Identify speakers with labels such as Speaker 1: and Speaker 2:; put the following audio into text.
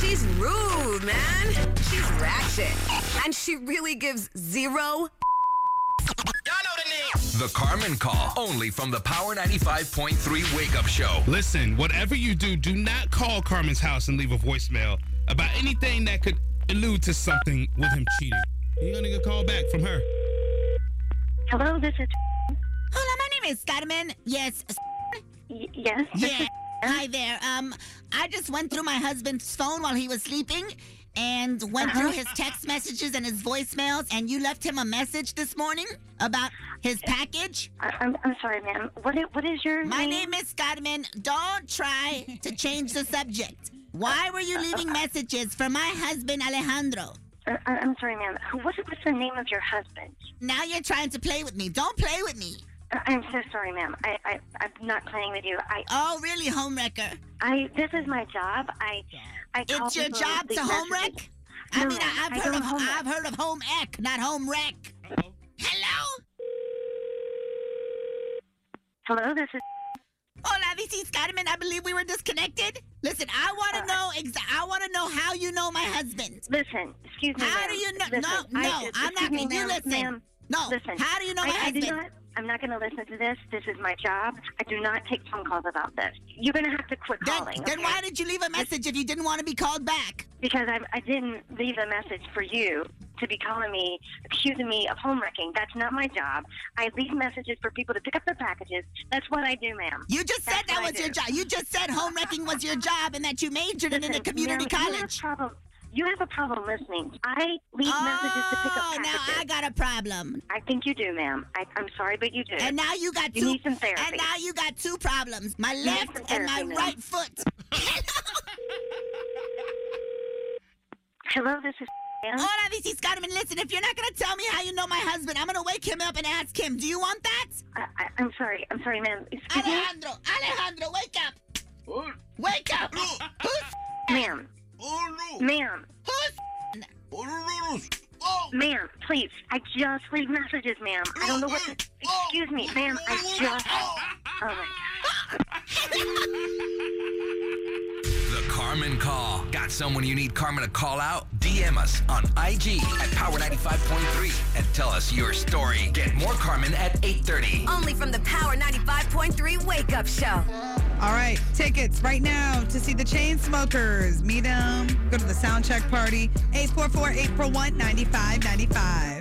Speaker 1: She's rude, man. She's ratchet. And she really gives zero.
Speaker 2: The Carmen Call, only from the Power 95.3 Wake Up Show.
Speaker 3: Listen, whatever you do, do not call Carmen's house and leave a voicemail about anything that could allude to something with him cheating. You're gonna get a call back from her.
Speaker 4: Hello, this is.
Speaker 5: Hola, my name is Carmen. Yes. s-
Speaker 4: y- Yes.
Speaker 5: Yeah. Hi there. Um, I just went through my husband's phone while he was sleeping and went through his text messages and his voicemails and you left him a message this morning about his package.
Speaker 4: I- I'm, I'm sorry, ma'am. What is, what is your
Speaker 5: My name is Carmen. Don't try to change the subject. Why were you leaving messages for my husband Alejandro?
Speaker 4: I- I- I'm sorry, ma'am. What was the name of your husband?
Speaker 5: Now you're trying to play with me. Don't play with me.
Speaker 4: I- I'm so sorry, ma'am. I, I, I'm not playing with you. I,
Speaker 5: Oh, really, homewrecker?
Speaker 4: I. This is my job. I, I. call
Speaker 5: It's your
Speaker 4: people
Speaker 5: job
Speaker 4: with
Speaker 5: to home wreck?
Speaker 4: messages.
Speaker 5: I
Speaker 4: No,
Speaker 5: mean, I, I've
Speaker 4: I
Speaker 5: heard
Speaker 4: don't
Speaker 5: of
Speaker 4: home wreck.
Speaker 5: I've heard of home ec, not home wreck. Hello.
Speaker 4: Hello, this is.
Speaker 5: Hola, this is Carmen. I believe we were disconnected. Listen, I want
Speaker 4: Uh,
Speaker 5: to know. Exa- I want to know how you know my husband.
Speaker 4: Listen, excuse me.
Speaker 5: How
Speaker 4: ma'am.
Speaker 5: do you know?
Speaker 4: Listen,
Speaker 5: no,
Speaker 4: I-
Speaker 5: no, I, am
Speaker 4: excuse
Speaker 5: not
Speaker 4: me,
Speaker 5: going to. You
Speaker 4: ma'am.
Speaker 5: listen.
Speaker 4: Ma'am,
Speaker 5: no.
Speaker 4: listen.
Speaker 5: How do you know my
Speaker 4: I, I do
Speaker 5: husband?
Speaker 4: not. I'm not going to listen to this. This is my job. I do not take phone calls about this. You're going to have to quit
Speaker 5: then,
Speaker 4: calling.
Speaker 5: then
Speaker 4: okay?
Speaker 5: why did you leave a message if you didn't want to be called back?
Speaker 4: Because I, I didn't leave a message for you to be calling me, accusing me of home wrecking. That's not my job. I leave messages for people to pick up their packages. That's what I do, ma'am.
Speaker 5: You just said
Speaker 4: That's
Speaker 5: that
Speaker 4: what I
Speaker 5: was your
Speaker 4: do.
Speaker 5: job. You just said home wrecking was your job and that you majored in it in a
Speaker 4: Listen,
Speaker 5: community
Speaker 4: ma'am, You have,
Speaker 5: college.
Speaker 4: problem, you have a problem listening. I leave messages to pick
Speaker 5: Oh,
Speaker 4: up
Speaker 5: now
Speaker 4: packages.
Speaker 5: I got a problem.
Speaker 4: I think you do, ma'am. I, I'm sorry, but you do.
Speaker 5: And now you got
Speaker 4: You
Speaker 5: two.
Speaker 4: need some therapy.
Speaker 5: And now you got two problems: my
Speaker 4: need
Speaker 5: left
Speaker 4: some
Speaker 5: and my
Speaker 4: therapy, ma'am.
Speaker 5: right foot.
Speaker 4: Hello, this is. Ann.
Speaker 5: Hola, this is Carmen. Listen, if you're not gonna tell me how you know my husband, I'm gonna wake him up and ask him. Do you want that?
Speaker 4: I, I, I'm sorry. I'm sorry, ma'am. Excuse me,
Speaker 5: Alejandro, Alejandro, wake up! Wake up! Who's
Speaker 4: ma'am. Ma'am,
Speaker 5: who's?
Speaker 4: Oh, ma'am, please. I just leave messages, ma'am. I don't know what to. Excuse me, ma'am. I just. Oh my God.
Speaker 2: The Carmen Call. Got someone you need Carmen to call out? DM us on IG at Power 95.3 and tell us your story. Get more Carmen at 8.30.
Speaker 1: Only from the Power 95.3 Wake Up Show.
Speaker 6: All right, tickets right now to see the chain smokers. Meet them, go to the sound check party, 844 841 9595.